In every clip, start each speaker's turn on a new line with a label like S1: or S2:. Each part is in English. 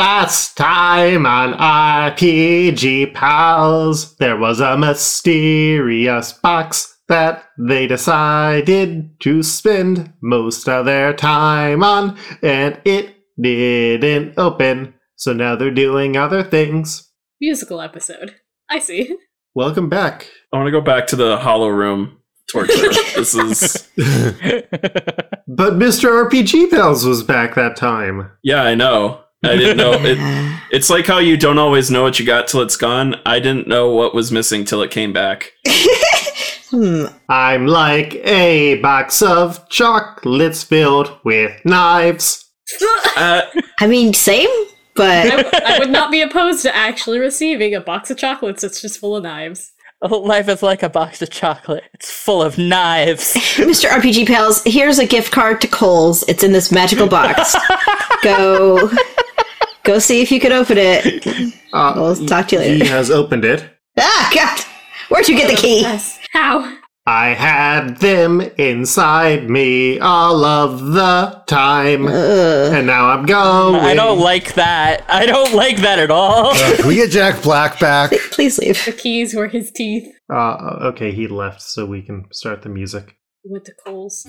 S1: Last time on RPG Pals, there was a mysterious box that they decided to spend most of their time on, and it didn't open. So now they're doing other things.
S2: Musical episode. I see.
S1: Welcome back.
S3: I want to go back to the hollow room torture. this is
S1: But Mr. RPG Pals was back that time.
S3: yeah, I know. I didn't know it, it's like how you don't always know what you got till it's gone. I didn't know what was missing till it came back.
S4: hmm.
S1: I'm like a box of chocolates filled with knives.
S3: Uh,
S4: I mean, same, but
S2: I, w- I would not be opposed to actually receiving a box of chocolates that's just full of knives.
S5: Oh, Life is like a box of chocolate. It's full of knives.
S4: Mr. RPG Pals, here's a gift card to Cole's. It's in this magical box. go, go see if you can open it.
S1: Uh,
S4: We'll talk to you later.
S1: He has opened it.
S4: Ah, God, where'd you get the key?
S2: Yes. How?
S1: I had them inside me all of the time,
S4: Ugh.
S1: and now I'm going.
S5: I don't like that. I don't like that at all.
S6: Uh, can we get Jack Black back?
S4: Please leave.
S2: The keys were his teeth.
S1: Uh, okay, he left, so we can start the music.
S2: He went to Cole's.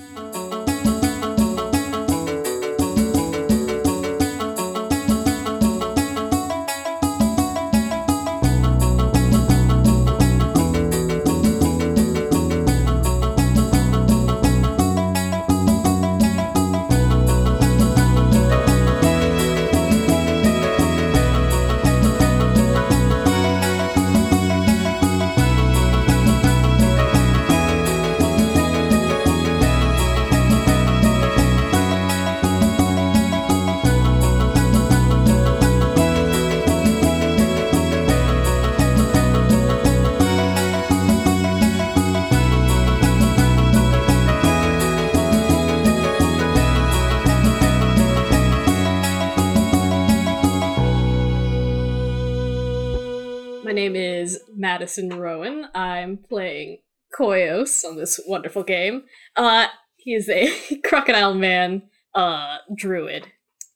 S2: My name is Madison Rowan. I'm playing Koyos on this wonderful game. Uh, he is a crocodile man, uh, druid.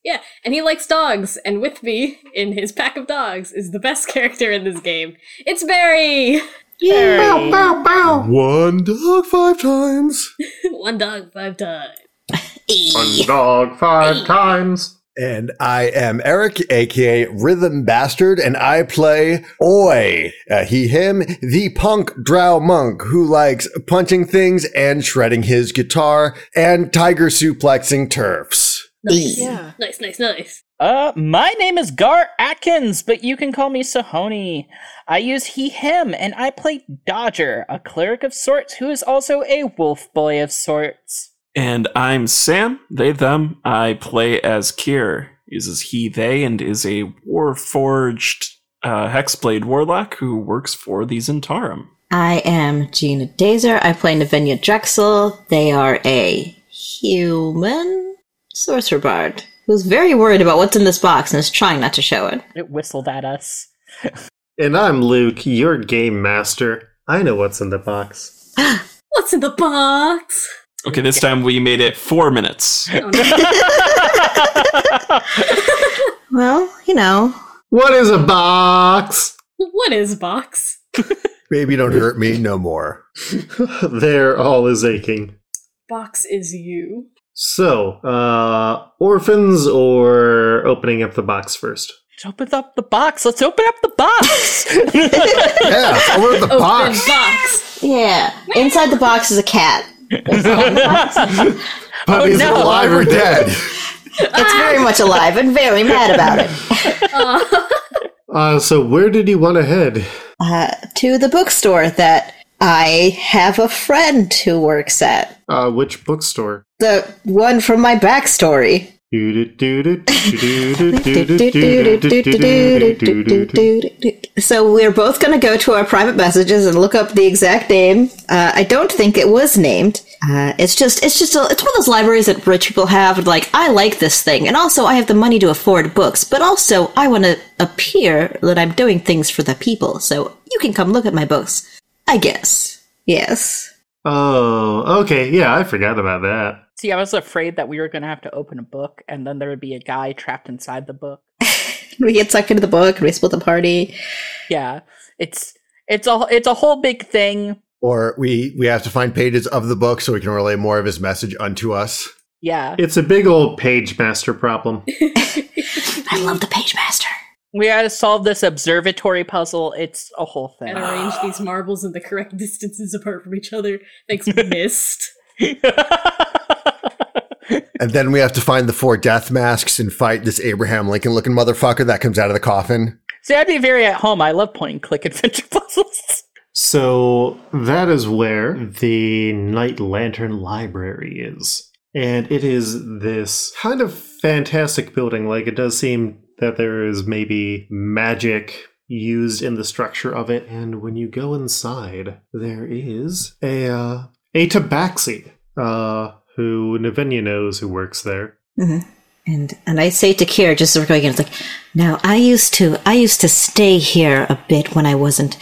S2: Yeah, and he likes dogs, and with me in his pack of dogs is the best character in this game. It's Barry!
S5: Barry.
S6: One dog five times.
S2: One dog, five times.
S1: One dog five times.
S6: And I am Eric, aka Rhythm Bastard, and I play Oi, uh, he, him, the punk drow monk who likes punching things and shredding his guitar and tiger suplexing turfs.
S2: Nice.
S5: Yeah.
S2: Nice, nice, nice.
S5: Uh, my name is Gar Atkins, but you can call me Sahoni. I use he, him, and I play Dodger, a cleric of sorts who is also a wolf boy of sorts.
S3: and I'm Sam. They them. I play as Kier. Uses he they and is a warforged uh, hexblade warlock who works for the Zentarum.
S4: I am Gina Dazer. I play Navenia Drexel. They are a human sorcerer bard who's very worried about what's in this box and is trying not to show it.
S5: It whistled at us.
S1: And I'm Luke, your game master. I know what's in the box.
S2: What's in the box?
S3: Okay, this time we made it four minutes.
S2: Oh, no.
S4: Well, you know,
S1: What is a box?
S2: what is box?
S6: Baby, don't hurt me no more.
S1: there, all is aching.
S2: Box is you.
S1: So, uh, orphans or opening up the box first?
S5: Let's open up the box. Let's open up the box.
S6: Yeah, over the
S5: Oh,
S2: Open
S6: box.
S2: box.
S4: yeah. Inside the box is a cat. That's all in the box.
S6: But
S5: Oh,
S6: is
S5: no.
S6: it alive or dead?
S4: It's very much alive and very mad about it.
S2: Uh,
S1: Uh, so where did he want to head?
S4: Uh, to the bookstore that I have a friend who works at.
S1: Uh, which bookstore?
S4: The one from my backstory. So we're both going to go to our private messages and look up the exact name. Uh, I don't think it was named. Uh, it's just, it's just, a, it's one of those libraries that rich people have. and Like, I like this thing, and also I have the money to afford books, but also I want to appear that I'm doing things for the people. So you can come look at my books. I guess. Yes.
S1: Oh, okay. Yeah, I forgot about that.
S5: See, I was afraid that we were going to have to open a book and then there would be a guy trapped inside the book.
S4: Can we get sucked into the book? Can we split the party?
S5: Yeah, it's it's a it's a whole big thing.
S6: Or we we have to find pages of the book so we can relay more of his message unto us.
S5: Yeah,
S1: It's a big old page master problem.
S4: I love the page master.
S5: we gotta solve this observatory puzzle. It's a whole
S2: and
S5: thing.
S2: arrange these marbles in the correct distances apart from each other. Thanks, missed.
S6: And then we have to find the four death masks and fight this Abraham Lincoln looking motherfucker that comes out of the coffin.
S5: See, I'd be very at home. I love point and click adventure puzzles.
S1: So that is where the Night Lantern Library is. And it is this kind of fantastic building. Like, it does seem that there is maybe magic used in the structure of it. And when you go inside, there is a, uh, a tabaxi, uh, who Navinia knows who works there.
S4: And and I say to Kier, just as we're going in, it's like, now I used to I used to stay here a bit when I wasn't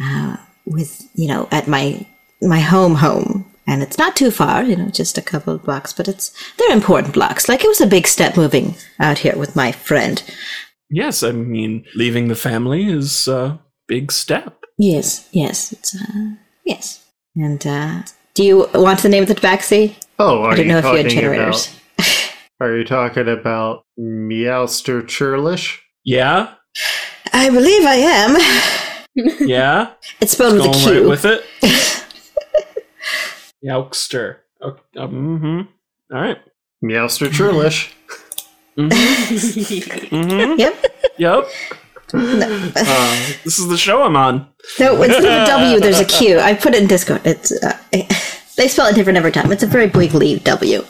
S4: uh, with you know at my my home home, and it's not too far, you know, just a couple of blocks, but it's they're important blocks. Like it was a big step moving out here with my friend.
S3: Yes, I mean, leaving the family is a big step.
S4: Yes, yes, it's uh, yes. And uh, do you want the name of the tabaxi?
S1: Oh, are
S4: I didn't
S1: you
S4: know if you
S1: talking
S4: had generators.
S1: about? Are you talking about Meowster Churlish?
S3: Yeah,
S4: I believe I am.
S3: yeah.
S4: It's spelled
S3: Going
S4: with a Q.
S3: right with it. Yowkster. Okay, uh, mhm. All right.
S1: Meowster Churlish.
S3: Mhm.
S4: Yep.
S3: Yep. Uh, this is the show I'm on.
S4: No, instead of a W, there's a Q. I put it in Discord. It's uh, they spell it different every time. It's a very wiggly W.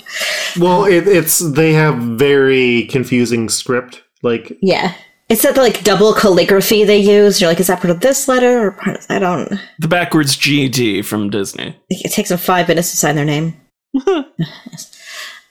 S1: Well, it, it's they have very confusing script. Like
S4: Yeah, it's that like double calligraphy they use. You're like, is that part of this letter or part? Of, I don't.
S3: The backwards GD from Disney.
S4: It takes them five minutes to sign their name.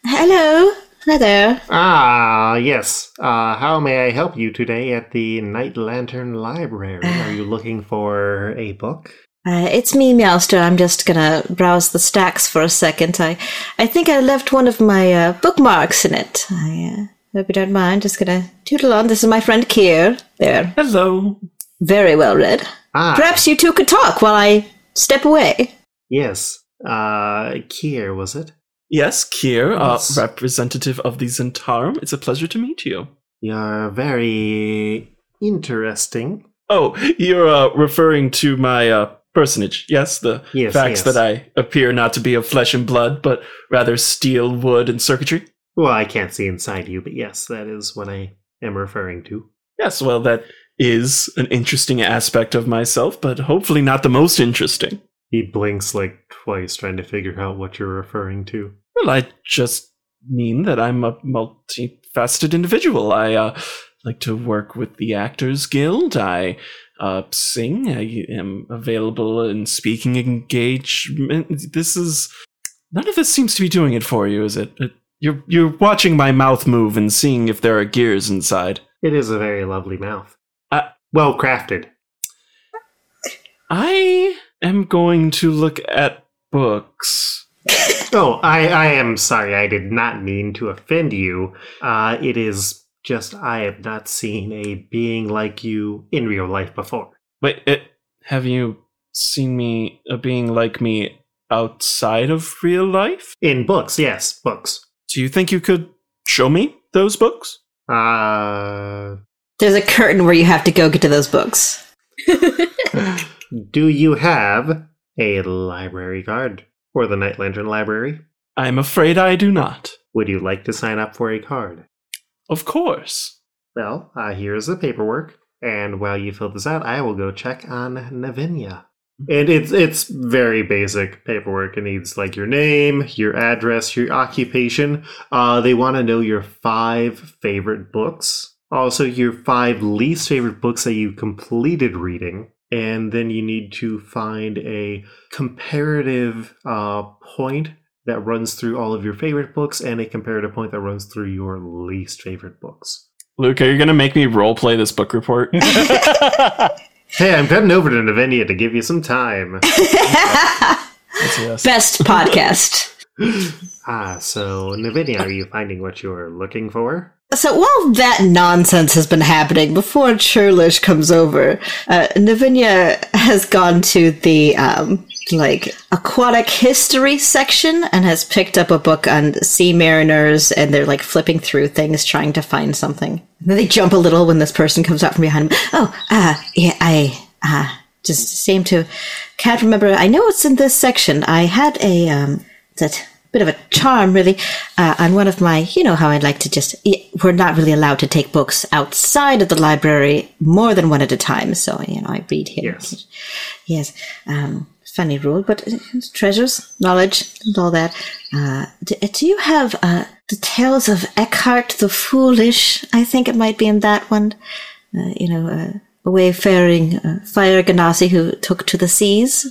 S4: Hello, hi there.
S1: ah yes, uh, how may I help you today at the Night Lantern Library? Are you looking for a book?
S4: Uh, it's me, Meowster. I'm just gonna browse the stacks for a second. I, I think I left one of my uh, bookmarks in it. I uh, hope you don't mind. Just gonna tootle on. This is my friend Kier. There,
S3: Hello.
S4: very well read.
S1: Ah
S4: Perhaps you two could talk while I step away.
S1: yes, uh, Kier was it?
S3: Yes, Kier, uh,
S1: Yes.
S3: representative of the Zentarum. It's a pleasure to meet you.
S1: You're very interesting.
S3: Oh, you're uh, referring to my uh, personage. Yes, the
S1: Yes,
S3: facts
S1: yes.
S3: that I appear not to be of flesh and blood, but rather steel, wood, and circuitry.
S1: Well, I can't see inside you, but yes, that is what I am referring to.
S3: Yes, well, that is an interesting aspect of myself, but hopefully not the most interesting.
S1: He blinks like twice, trying to figure out what you're referring to.
S3: Well, I just mean that I'm a multifaceted individual. I uh, like to work with the Actors Guild. I uh, sing. I am available in speaking engagement. This is none of this seems to be doing it for you, is it? It- You're you're watching my mouth move and seeing if there are gears inside.
S1: It is a very lovely mouth.
S3: Uh,
S1: well crafted.
S3: I am going to look at books.
S1: Oh, I, I am sorry. I did not mean to offend you. Uh, it is just I have not seen a being like you in real life before.
S3: Wait, it, have you seen me a being like me outside of real life?
S1: In books, yes, books.
S3: Do you think you could show me those books?
S1: Uh,
S4: There's a curtain where you have to go get to those books.
S1: do you have a library card for the Night Lantern Library?
S3: I'm afraid I do not.
S1: Would you like to sign up for a card?
S3: Of course.
S1: Well, uh, here is the paperwork, and while you fill this out, I will go check on Navinia. And it's it's very basic paperwork. It needs like your name, your address, your occupation. Uh, they want to know your five favorite books, also your five least favorite books that you completed reading, and then you need to find a comparative uh, point that runs through all of your favorite books and a comparative point that runs through your least favorite books.
S3: Luke, are you going to make me roleplay this book report?
S1: Hey, I'm cutting over to Navinia to give you some time.
S3: yes.
S4: Best podcast.
S1: ah, so Navinia, are you finding what you were looking for?
S4: So while that nonsense has been happening before Churlish comes over, uh, Navinia has gone to the um, like aquatic history section and has picked up a book on sea mariners, and they're like flipping through things trying to find something. And then they jump a little when this person comes out from behind them. Oh, uh, yeah, I uh, just seem to can't remember. I know it's in this section. I had a um, that bit of a charm, really, uh, on one of my. You know how I like to just. y- We're not really allowed to take books outside of the library more than one at a time. So you know, I read here.
S1: Yes.
S4: Yes. Um, funny rule, but uh, treasures, knowledge, and all that. Uh, do, do you have uh, the tales of Eckhart the Foolish? I think it might be in that one. Uh, you know, uh, a wayfaring uh, fire ganassi who took to the seas.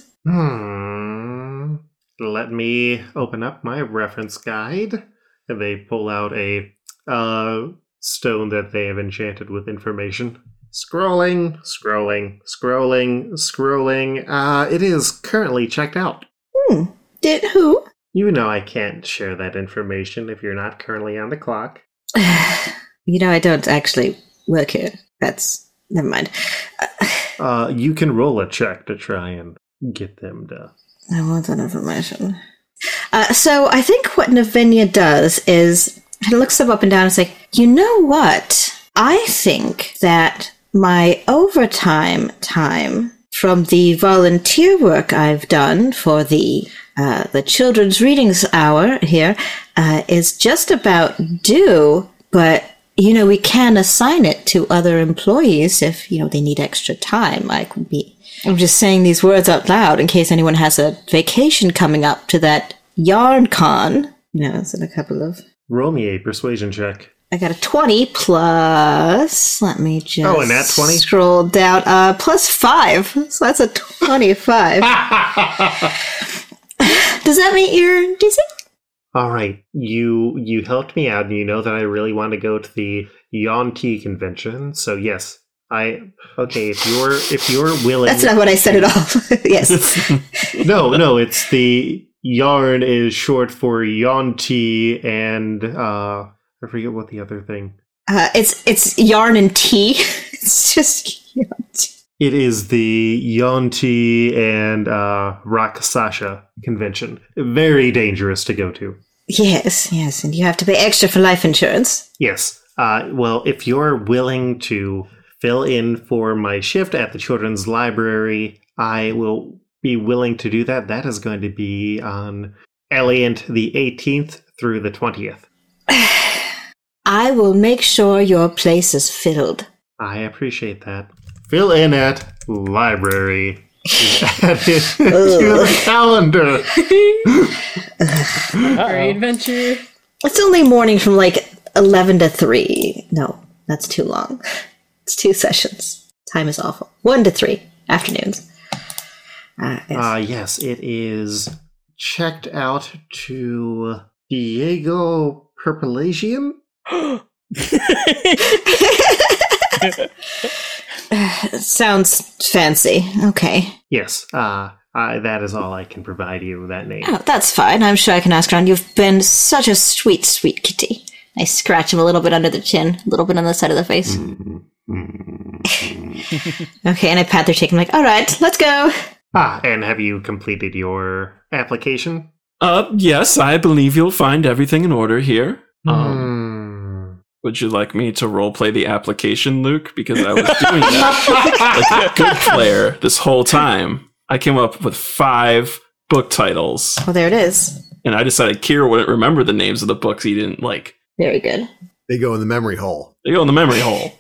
S1: Hmm. Let me open up my reference guide. And they pull out a uh, stone that they have enchanted with information. Scrolling, scrolling, scrolling, scrolling. Uh, it is currently checked out.
S4: Did who?
S1: You know I can't share that information if you're not currently on the clock.
S4: You know, I don't actually work here. That's never mind.
S1: Uh, you can roll a check to try and get them to.
S4: I want that information. Uh, so I think what Navinia does is he looks them up and down and is like, you know what? I think that my overtime time from the volunteer work I've done for the uh, the children's readings hour here uh, is just about due, but you know we can assign it to other employees if you know they need extra time. I could be I'm just saying these words out loud in case anyone has a vacation coming up to that yarn con. You know, it's in a couple of.
S1: Roll me a persuasion check.
S4: I got a 20 plus. Let me just.
S1: Oh, and that 20?
S4: Scroll down. Uh, plus 5. So that's a 25. Does that meet your DC?
S1: All right, you you helped me out, and you know that I really want to go to the Yonti convention. So yes, I okay. If you're if you're willing,
S4: That's not what I said at all. yes.
S1: no, no. It's the yarn is short for Yonti, and uh, I forget what the other thing.
S4: Uh, it's it's yarn and tea. It's just yarn and tea.
S1: It is the Yonti and uh, Rakasasha convention. Very dangerous to go to.
S4: Yes, yes. And you have to pay extra for life insurance.
S1: Yes. Uh, well, if you're willing to fill in for my shift at the children's library, I will be willing to do that. That is going to be on Elliot the 18th through the 20th.
S4: I will make sure your place is filled.
S1: I appreciate that. Fill in at library. Add it to the calendar.
S2: Very adventure.
S4: It's only morning from like 11 to 3. No, that's too long. It's two sessions. Time is awful. 1 to 3 afternoons. Uh, it's-
S1: Uh, yes, it is checked out to Diego Perpelasium.
S4: sounds fancy. Okay.
S1: Yes, uh, I, that is all I can provide you with that name.
S4: Oh, that's fine. I'm sure I can ask around. You've been such a sweet, sweet kitty. I scratch him a little bit under the chin, a little bit on the side of the face. okay, and I pat their cheek. I'm like, all right, let's go.
S1: Ah, and have you completed your application?
S3: Uh, yes, I believe you'll find everything in order here. Um, Would you like me to roleplay the application, Luke? Because I was doing that like a good player this whole time. I came up with five book titles,
S4: Well, there it is.
S3: and I decided Kira wouldn't remember the names of the books he didn't like.
S4: Very good.
S6: They go in the memory hole.
S3: They go in the memory hole.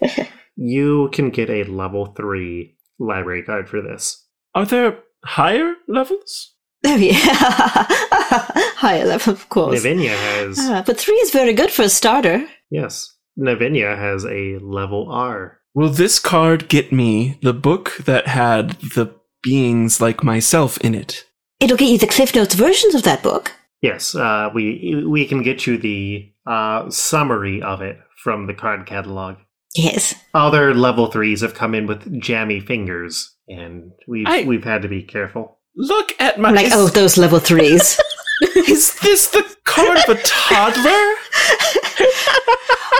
S1: you can get a level three library card for this.
S3: Are there higher levels?
S4: There we Higher level, of course.
S1: Navinia has
S4: Ah, but three is very good for a starter.
S1: yes. Navinia has a level R.
S3: Will this card get me the book that had the beings like myself in it?
S4: It'll get you the Cliff Notes versions of that book.
S1: Yes, uh, we we can get you the uh, summary of it from the card catalog.
S4: Yes.
S1: Other level threes have come in with jammy fingers, and we've
S3: I-
S1: we've had to be careful.
S3: Look at my
S4: I'm like, oh, those oh, level threes.
S3: Is this the card of a toddler?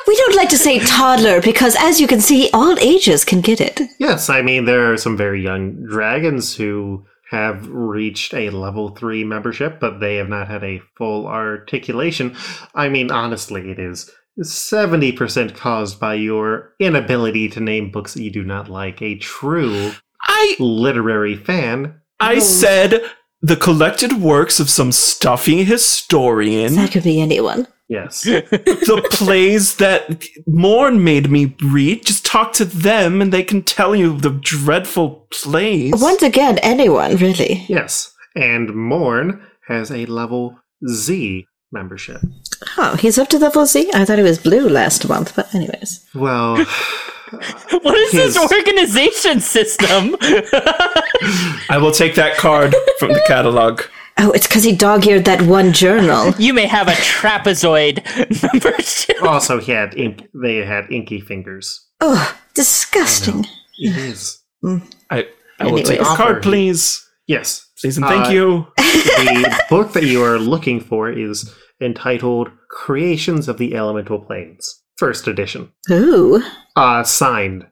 S4: We don't like to say toddler because, as you can see, all ages can get it.
S1: Yes, I mean, there are some very young dragons who have reached a level 3 membership, but they have not had a full articulation. I mean, honestly, it is 70% caused by your inability to name books that you do not like. A true
S3: I
S1: literary fan.
S3: I said the collected works of some stuffy historian,
S4: That could be anyone.
S1: Yes.
S3: the plays that Morn made me read. Just talk to them and they can tell you the dreadful plays.
S4: Once again, anyone, really.
S1: Yes. And Morn has a level Z membership.
S4: Oh, he's up to level Z? I thought he was blue last month, but, anyways.
S1: Well,
S5: What is this
S1: Yes.
S5: organization system?
S3: I will take that card from the catalog.
S4: Oh, it's because he dog eared that one journal.
S5: you may have a trapezoid membership.
S1: also he had ink they had inky fingers.
S4: oh, disgusting.
S1: It is.
S3: I, I will take
S4: Anyways.
S3: the card, please.
S1: Yes.
S3: Please and thank
S1: Uh,
S3: you.
S1: the book that you are looking for is entitled Creations of the Elemental Planes, first edition.
S4: Ooh.
S1: Uh signed.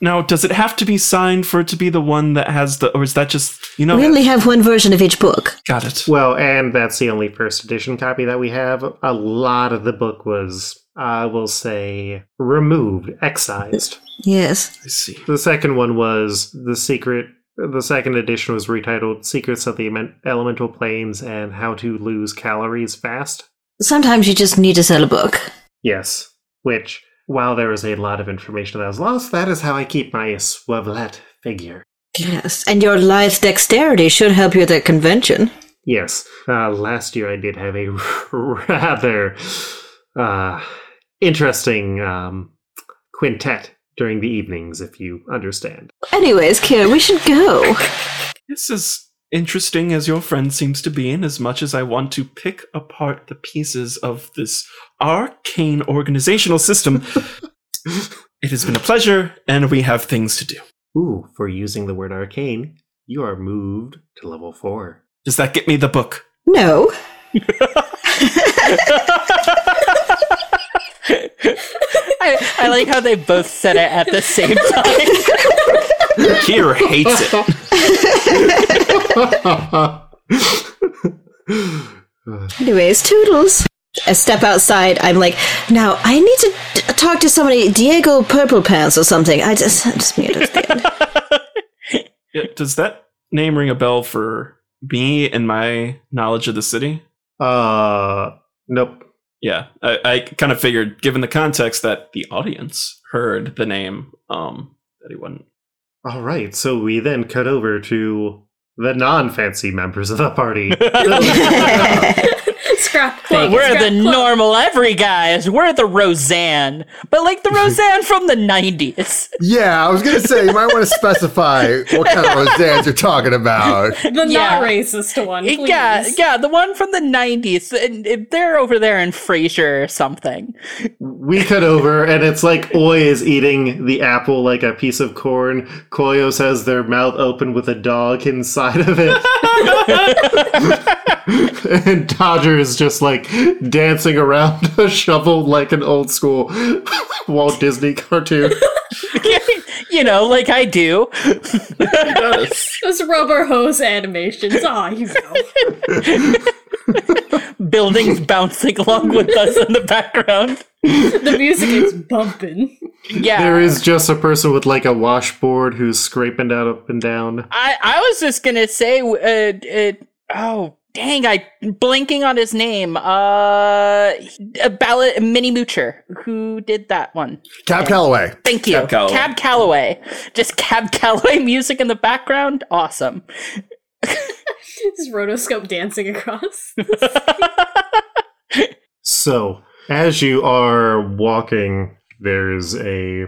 S3: Now, does it have to be signed for it to be the one that has the, or is that just you know?
S4: We only have one version of each book.
S3: Got it.
S1: Well, and that's the only first edition copy that we have. A lot of the book was I will say removed, excised.
S4: Yes.
S3: I see.
S1: The second one was the secret. The second edition was retitled "Secrets of the Emen- Elemental Planes and How to Lose Calories Fast."
S4: Sometimes you just need to sell a book.
S1: Yes, which while there is a lot of information that was lost, that is how I keep my swivelette figure.
S4: Yes. And your lithe dexterity should help you at that convention.
S1: Yes, uh, last year I did have a rather uh, interesting um, quintet during the evenings, if you understand.
S4: Anyways, Kira, we should go.
S3: This is interesting as your friend seems to be, in as much as I want to pick apart the pieces of this arcane organizational system. it has been a pleasure, and we have things to do.
S1: Ooh, for using the word arcane, you are moved to level four.
S3: Does that get me the book?
S4: No.
S5: I, I like how they both said it at the same time.
S3: Kier hates it.
S4: Anyways, toodles. I step outside. I'm like, now I need to d- talk to somebody, Diego Purple Pants or something. I just, I just muted at the end.
S3: Yeah, Does that name ring a bell for me and my knowledge of the city?
S1: uh, nope.
S3: Yeah, I, I kind of figured, given the context that the audience heard the name, um, that he wouldn't.
S1: All right, so we then cut over to the non-fancy members of the party.
S2: Scrap club.
S5: We're
S2: scrap
S5: the
S2: club.
S5: normal every guys. We're the Roseanne, but like the Roseanne from the '90s.
S6: Yeah, I was gonna say you might want to specify what kind of Roseanne you're talking about.
S2: The
S5: Yeah.
S2: not racist one. Please.
S5: Yeah, yeah, the one from the '90s. And and they're over there in Frasier or something.
S1: we cut over, and it's like Oi is eating the apple like a piece of corn. Koyos has their mouth open with a dog inside of it. and Dodger is just like dancing around a shovel like an old school Walt Disney cartoon.
S5: you know, like I do.
S2: Those rubber hose animations. Ah, you know.
S5: Buildings bouncing along with us in the background.
S2: the music is bumping.
S5: Yeah.
S1: There is just a person with like a washboard who's scraping down up and down.
S5: I, I was just gonna say, uh, uh, oh dang, I blanking on his name. Uh, a ballad, Minnie Moocher, who did that one.
S6: Cap Calloway.
S5: Thank you,
S3: Cab Calloway.
S5: Cab Calloway. Just Cab Calloway music in the background. Awesome.
S2: This rotoscope dancing across.
S1: So, as you are walking, there's a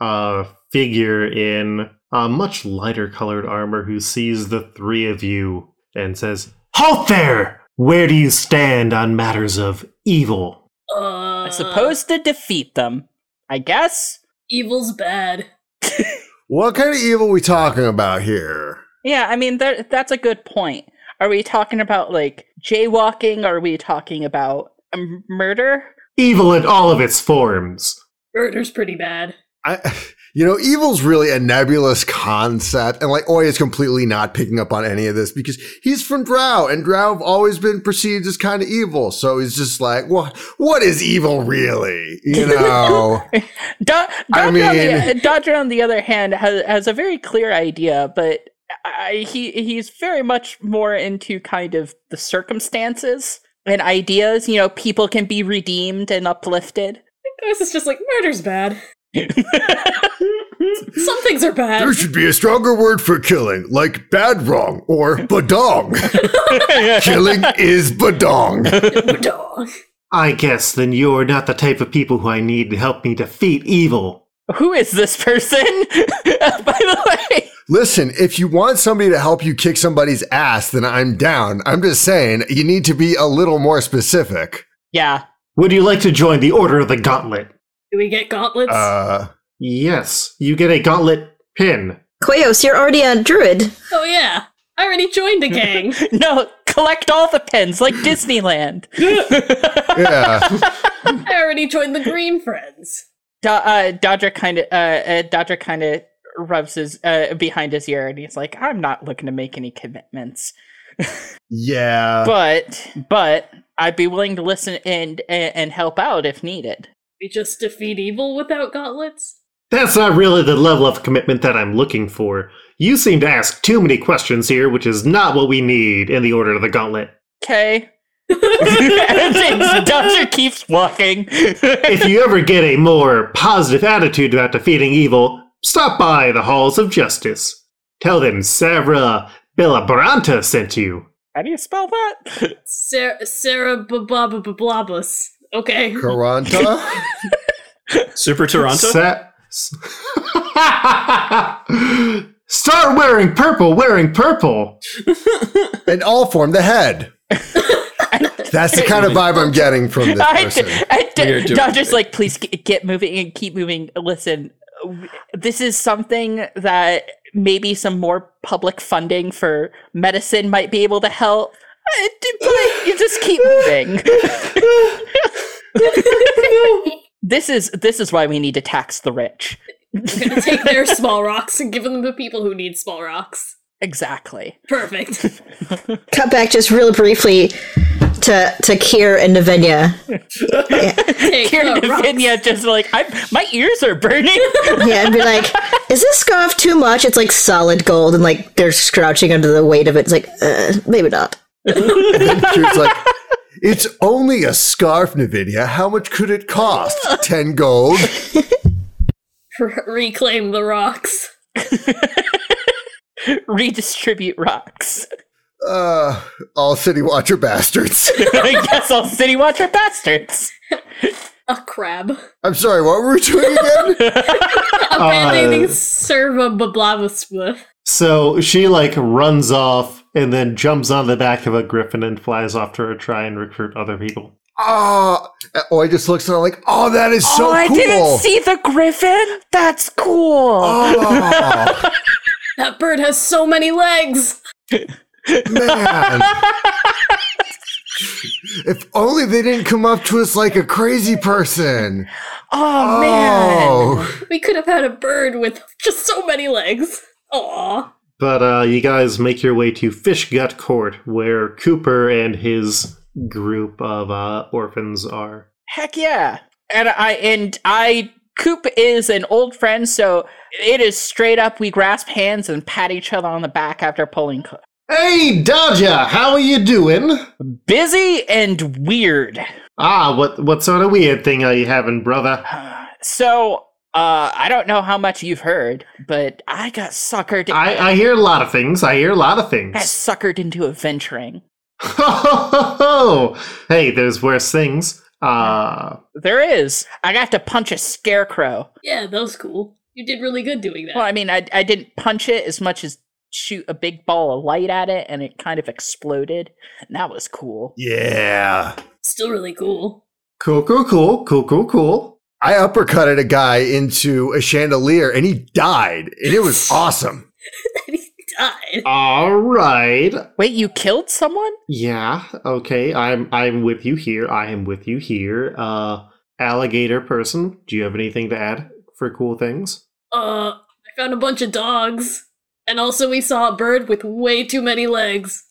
S1: uh, figure in uh, much lighter colored armor who sees the three of you and says, Halt there! Where do you stand on matters of evil?
S2: Uh,
S5: I suppose to defeat them. I guess.
S2: evil's bad.
S6: What kind of evil we talking about here?
S5: Yeah, I mean that that's a good point. Are we talking about like jaywalking? Are we talking about um, murder?
S1: Evil in all of its forms.
S2: Murder's pretty bad.
S6: I, you know, evil's really a nebulous concept, and like Oi is completely not picking up on any of this because he's from Drow, and Drow have always been perceived as kind of evil. So he's just like, what? What is evil really? You know,
S5: Do- Dodger,
S6: I
S5: on the, uh,
S6: mean-
S5: Dodger, on the other hand, has, has a very clear idea, but I, he he's very much more into kind of the circumstances and ideas. You know, people can be redeemed and uplifted.
S2: This is just like murder's bad. Some things are bad.
S6: there should be a stronger word for killing, like bad wrong or badong. killing is badong.
S2: Dog.
S1: I guess then you're not the type of people who I need to help me defeat evil.
S5: Who is this person? By the way,
S6: Listen, if you want somebody to help you kick somebody's ass, then I'm down. I'm just saying, you need to be a little more specific.
S5: yeah,
S1: Would you like to join the Order of the Gauntlet?
S2: Do we get gauntlets?
S6: Uh,
S1: Yes, you get a gauntlet pin.
S4: Koyos, you're already a druid.
S2: oh yeah. I already joined a gang.
S5: no, collect all the pins like Disneyland.
S6: yeah.
S2: I already joined the Green Friends.
S5: Do- uh, Dodger kind of uh, uh, Dodger kind of rubs his uh, behind his ear, and he's like, "I'm not looking to make any commitments,
S6: yeah.
S5: but but I'd be willing to listen and and, and help out if needed."
S2: We just defeat evil without gauntlets.
S1: That's not really the level of commitment that I'm looking for. You seem to ask too many questions here, which is not what we need in the Order of the Gauntlet.
S5: Okay. Dodger keeps walking.
S1: if you ever get a more positive attitude about defeating evil, stop by the Halls of Justice. Tell them Sarah Bellabranta sent you.
S5: How do you spell that?
S2: Sarah, Sarah, blabus. Okay.
S6: Karanta?
S3: Super Toronto?
S1: Sa- Start wearing purple, wearing purple.
S6: and all form the head. That's the kind of vibe I'm getting from this
S5: I,
S6: person.
S5: I,
S3: We are doing
S5: Dodger's
S3: it.
S5: like, please g- get moving and keep moving. Listen, w- this is something that maybe some more public funding for medicine might be able to help. Uh, d- But you just keep moving. This is this is why we need to tax the rich.
S2: I'm gonna take their small rocks and give them to people who need small rocks.
S5: Exactly.
S2: Perfect.
S4: Cut back just real briefly to to Kier and Navenya.
S2: Take
S5: Kieran
S2: the rocks.
S5: Vinya just like I, my ears are burning.
S4: Yeah, and be like, is this scarf too much? It's like solid gold, and like they're scrouching under the weight of it. It's like, uh, maybe not.
S6: It's like, it's only a scarf, Nvidia. How much could it cost? 10 gold?
S2: Reclaim the rocks.
S5: Redistribute rocks.
S6: Uh, all City Watcher bastards.
S5: I guess all city watcher bastards.
S2: A crab.
S6: I'm sorry, what were we doing again?
S2: Apparently,
S1: Uh,
S2: they serve a blabus.
S1: So she like runs off and then jumps on the back of a griffin and flies off to try and recruit other people.
S6: Ah, oh, I just looks at her like, oh, that is so
S5: oh,
S6: cool.
S5: I didn't see the griffin. That's cool.
S6: Oh,
S2: That bird has so many legs.
S6: man. if only they didn't come up to us like a crazy person. Oh.
S5: Oh, man.
S2: We could have had a bird with just so many legs. Aw.
S1: But uh, you guys make your way to Fish Gut Court, where Cooper and his group of uh, orphans are.
S5: Heck yeah. And I and I Coop is an old friend, so it is straight up we grasp hands and pat each other on the back after pulling co-
S1: Hey, Dodger, how are you doing?
S5: busy and weird.
S1: Ah, what what sort of weird thing are you having, brother?
S5: So uh, I don't know how much you've heard, but I got suckered.
S1: I, I hear a lot of things. I hear a lot of
S5: got
S1: things.
S5: suckered into adventuring.
S1: hey, there's worse things. Uh,
S5: There is. I got to punch a scarecrow.
S2: Yeah, that was cool. You did really good doing that.
S5: Well, I mean, I, I didn't punch it as much as shoot a big ball of light at it, and it kind of exploded. And that was cool.
S6: Yeah.
S2: Still really cool.
S1: cool, cool, cool, cool, cool, cool.
S6: I uppercutted a guy into a chandelier and he died. And it was awesome.
S2: And he died.
S1: All right.
S5: Wait, you killed someone?
S1: Yeah. Okay. I'm I'm with you here. I am with you here. Uh, alligator person. Do you have anything to add for cool things?
S2: Uh, I found a bunch of dogs. And also, we saw a bird with way too many legs.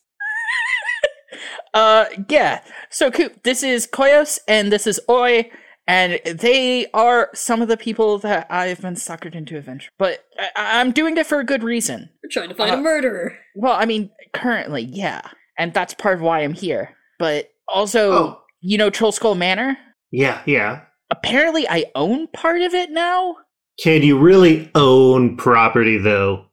S5: Uh, yeah. So, Coop, this is Koyos and this is Oi, and they are some of the people that I've been suckered into adventure. But I- I'm doing it for a good reason.
S2: We're trying to find
S5: Uh,
S2: a murderer.
S5: Well, I mean, currently, yeah. And that's part of why I'm here. But also,
S1: Oh.
S5: you know Troll Skull Manor?
S1: Yeah. Yeah.
S5: Apparently, I own part of it now?
S1: Can you really own property though?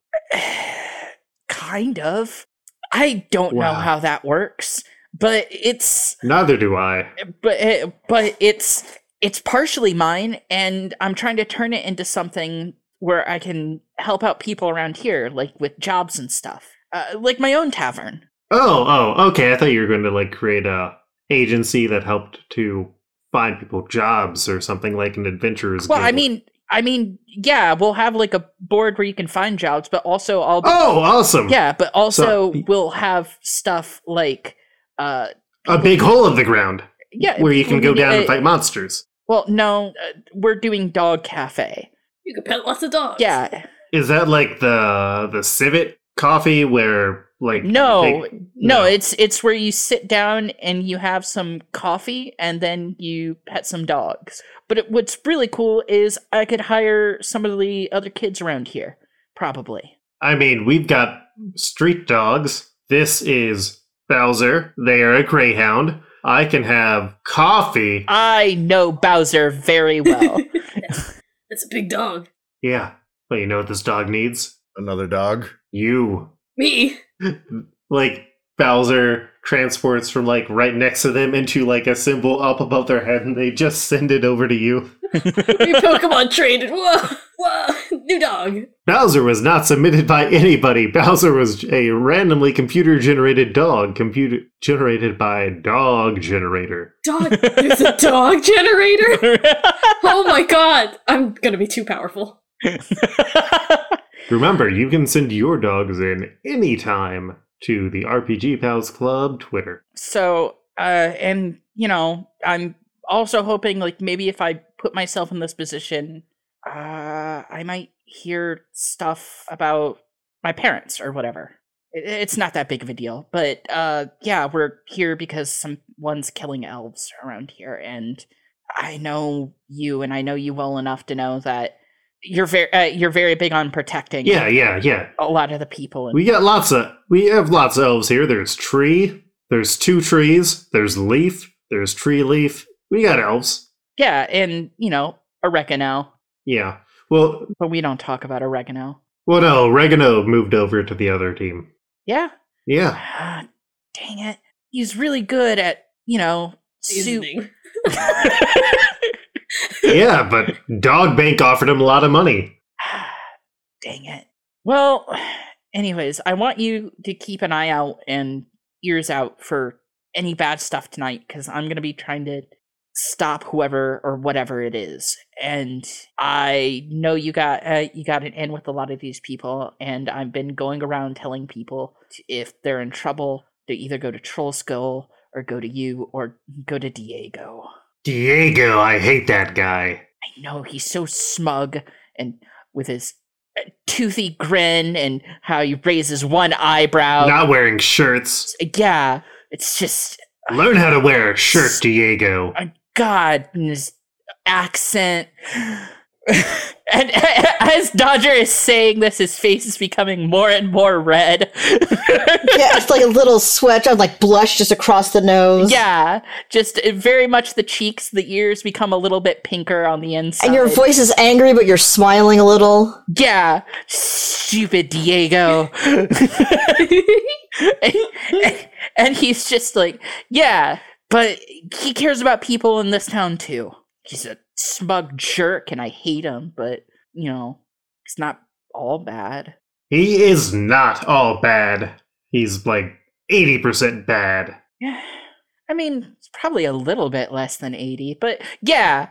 S5: kind of. I don't know
S1: Wow.
S5: how that works, but it's
S1: Neither do I.
S5: but it, but it's it's partially mine and i'm trying to turn it into something where i can help out people around here like with jobs and stuff uh, like my own tavern
S1: Oh. Oh. Okay. I thought you were going to like create a agency that helped to find people jobs or something like an adventurers.
S5: well i
S1: guild.
S5: mean i mean yeah we'll have like a board where you can find jobs but also i'll
S1: Oh, awesome.
S5: yeah but also
S1: So-
S5: we'll have stuff like uh
S1: A big hole in the ground
S5: yeah
S1: where you can go
S5: people-
S1: down and
S5: uh,
S1: fight monsters.
S5: well no uh, we're doing dog cafe
S2: You could pet lots of dogs.
S5: yeah
S1: Is that like the the civet coffee where like
S5: No,
S1: they-
S5: No,
S1: No.
S5: it's it's where you sit down and you have some coffee and then you pet some dogs. But it, what's really cool is I could hire some of the other kids around here, probably.
S1: I mean, we've got street dogs. This is Bowser. They are a greyhound. I can have coffee.
S5: I know Bowser very well.
S2: That's a big dog.
S1: yeah, but you know what this dog needs?
S6: Another dog.
S1: You.
S2: Me.
S1: Like Bowser transports from like right next to them into like a symbol up above their head, and they just send it over to you.
S2: We Pokemon traded. Whoa. Whoa. New dog.
S1: Bowser was not submitted by anybody. Bowser was a randomly computer generated dog, computer generated by dog generator.
S2: Dog. There's a dog generator? Oh my god. I'm gonna be too powerful.
S1: Remember, you can send your dogs in anytime to the RPG Pals Club Twitter.
S5: so, uh and you know, I'm also hoping like maybe if I put myself in this position, uh I might hear stuff about my parents or whatever. It- It's not that big of a deal, but uh, yeah, we're here because someone's killing elves around here, and I know you, and I know you well enough to know that you're very uh, you're very big on protecting
S1: Yeah, yeah, yeah.
S5: a lot of the people. And
S1: We got lots of we have lots of elves here. There's tree, there's two trees, there's leaf, there's tree leaf. We got elves.
S5: yeah, and you know oregano,
S1: Yeah. Well
S5: but we don't talk about oregano.
S1: well no, Regano moved over to the other team.
S5: Yeah,
S1: Yeah.
S5: Ah, dang it, he's really good at you know soup.
S2: Seasoning.
S1: yeah, but Dog Bank offered him a lot of money.
S5: Dang it. Well, anyways, I want you to keep an eye out and ears out for any bad stuff tonight because I'm going to be trying to stop whoever or whatever it is. And I know you got uh, you got an in with a lot of these people, and I've been going around telling people t- if they're in trouble to either go to Troll Skull or go to you or go to Diego.
S1: Diego, I hate that guy.
S5: I know he's so smug and with his uh, toothy grin and how he raises one eyebrow.
S1: Not wearing shirts.
S5: yeah, it's just
S1: Learn how to wear a shirt, Diego.
S5: God and his accent. and a- as Dodger is saying this, his face is becoming more and more red.
S4: yeah, it's like a little sweat, of like blush just across the nose.
S5: yeah, just uh, very much the cheeks, the ears become a little bit pinker on the inside.
S4: And your voice is angry, but you're smiling a little.
S5: Yeah, stupid Diego. and, and he's just like, yeah, but he cares about people in this town too. He's a smug jerk and I hate him, but you know, it's not all bad.
S1: He is not all bad. He's like 80% bad.
S5: Yeah. I mean, it's probably a little bit less than 80, but yeah.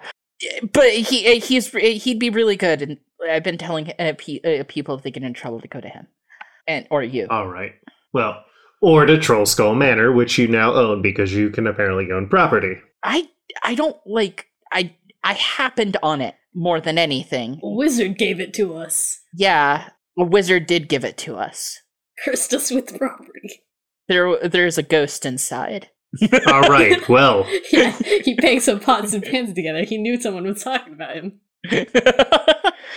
S5: But he eh, eh, he's he'd be really good and I've been telling uh, pe- uh, people if they get in trouble to go to him. and or you.
S1: All right. Well, or to Troll Skull Manor, which you now own because you can apparently own property.
S5: I I don't like I I happened on it more than anything.
S2: Wizard gave it to us.
S5: Yeah, a wizard did give it to us.
S2: Cursed us with property.
S5: There there's a ghost inside.
S1: All right. Well,
S2: yeah, he banged some pots and pans together. He knew someone was talking about him.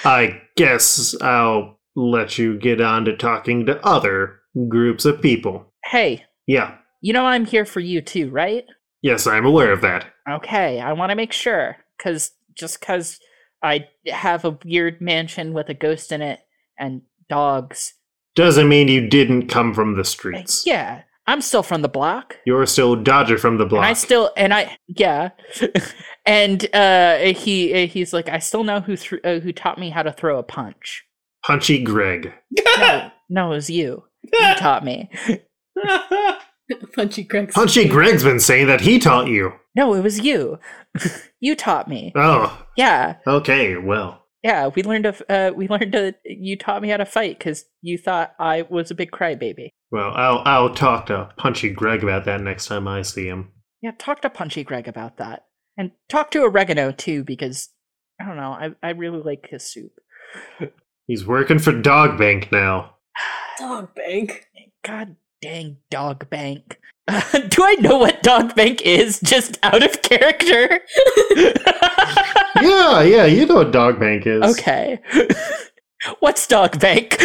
S1: I guess I'll let you get on to talking to other groups of people.
S5: hey,
S1: Yeah.
S5: you know I'm here for you too, right?
S1: Yes, I'm aware of that.
S5: Okay, I want to make sure cuz just cuz I have a weird mansion with a ghost in it and dogs.
S1: Doesn't mean you didn't come from the
S5: Like,
S1: streets.
S5: yeah, I'm still from the block.
S1: You're still Dodger from the block.
S5: And I still and I yeah, and uh, he uh, he's like I still know who thr uh, who taught me how to throw a punch.
S1: Punchy Greg.
S5: No, no, it was you. You taught me.
S2: Punchy Greg's.
S1: Punchy Greg's been saying that he taught you.
S5: No, it was you. you taught me.
S1: Oh,
S5: Yeah,
S1: okay. Well,
S5: yeah. We learned of uh, we learned to. You taught me how to fight because you thought I was a big crybaby.
S1: well, I'll I'll talk to Punchy Greg about that next time I see him.
S5: Yeah, talk to Punchy Greg about that, and talk to Oregano too because I don't know. I I really like his soup.
S1: He's working for Dog Bank now.
S2: Dog bank.
S5: God dang dog bank. Do I know what dog bank is just out of character?
S1: yeah, yeah, you know what Dog Bank is.
S5: okay. What's dog bank?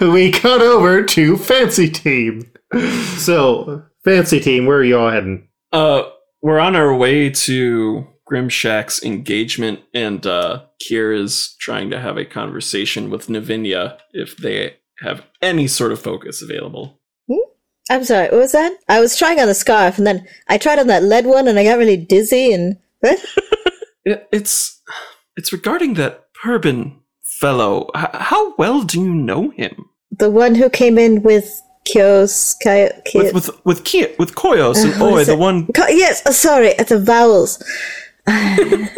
S1: we cut over to Fancy Team. So, Fancy Team, where are y'all heading?
S3: Uh, we're on our way to Grimshack's engagement, and uh, Kira's trying to have a conversation with Navinia if they have any sort of focus available.
S4: I'm sorry, what was that? I was trying on the scarf and then I tried on that lead one and I got really dizzy and
S3: It, it's it's regarding that Purbin fellow. H- how well do you know him?
S4: the one who came in with Kyos, Kyo, Kyo,
S3: With with with Ki- with Koyos and
S4: Uh, what
S3: Oi,
S4: is
S3: the
S4: it?
S3: one
S4: Ko- yes, uh, sorry, at the vowels.
S3: the,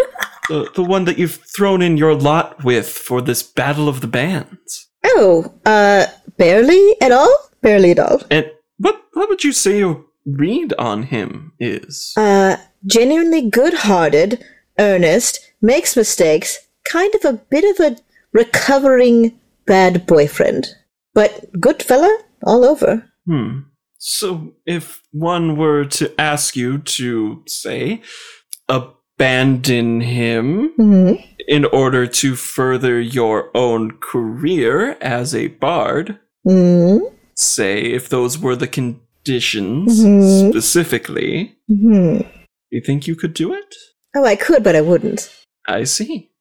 S3: the one that you've thrown in your lot with for this battle of the bands.
S4: Oh, uh, barely at all? Barely at all.
S3: And what what would you say your read on him is?
S4: Uh, genuinely good hearted, earnest, makes mistakes, kind of a bit of a recovering bad boyfriend. But good fella all over.
S3: Hmm. So, if one were to ask you to, say, abandon him
S4: hmm
S3: in order to further your own career as a bard,
S4: Mm-hmm.
S3: say, if those were the conditions
S4: Mhm.
S3: specifically, you think you could do it?
S4: Mm-hmm. Oh, I could, but I wouldn't.
S3: I see.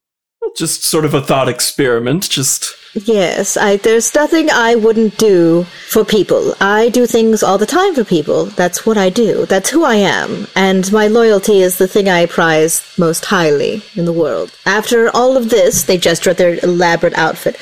S3: Well, just sort of a thought experiment, just.
S4: Yes, I, there's nothing I wouldn't do for people. I do things all the time for people. That's what I do. That's who I am. And my loyalty is the thing I prize most highly in the world. After all of this, they gesture at their elaborate outfit,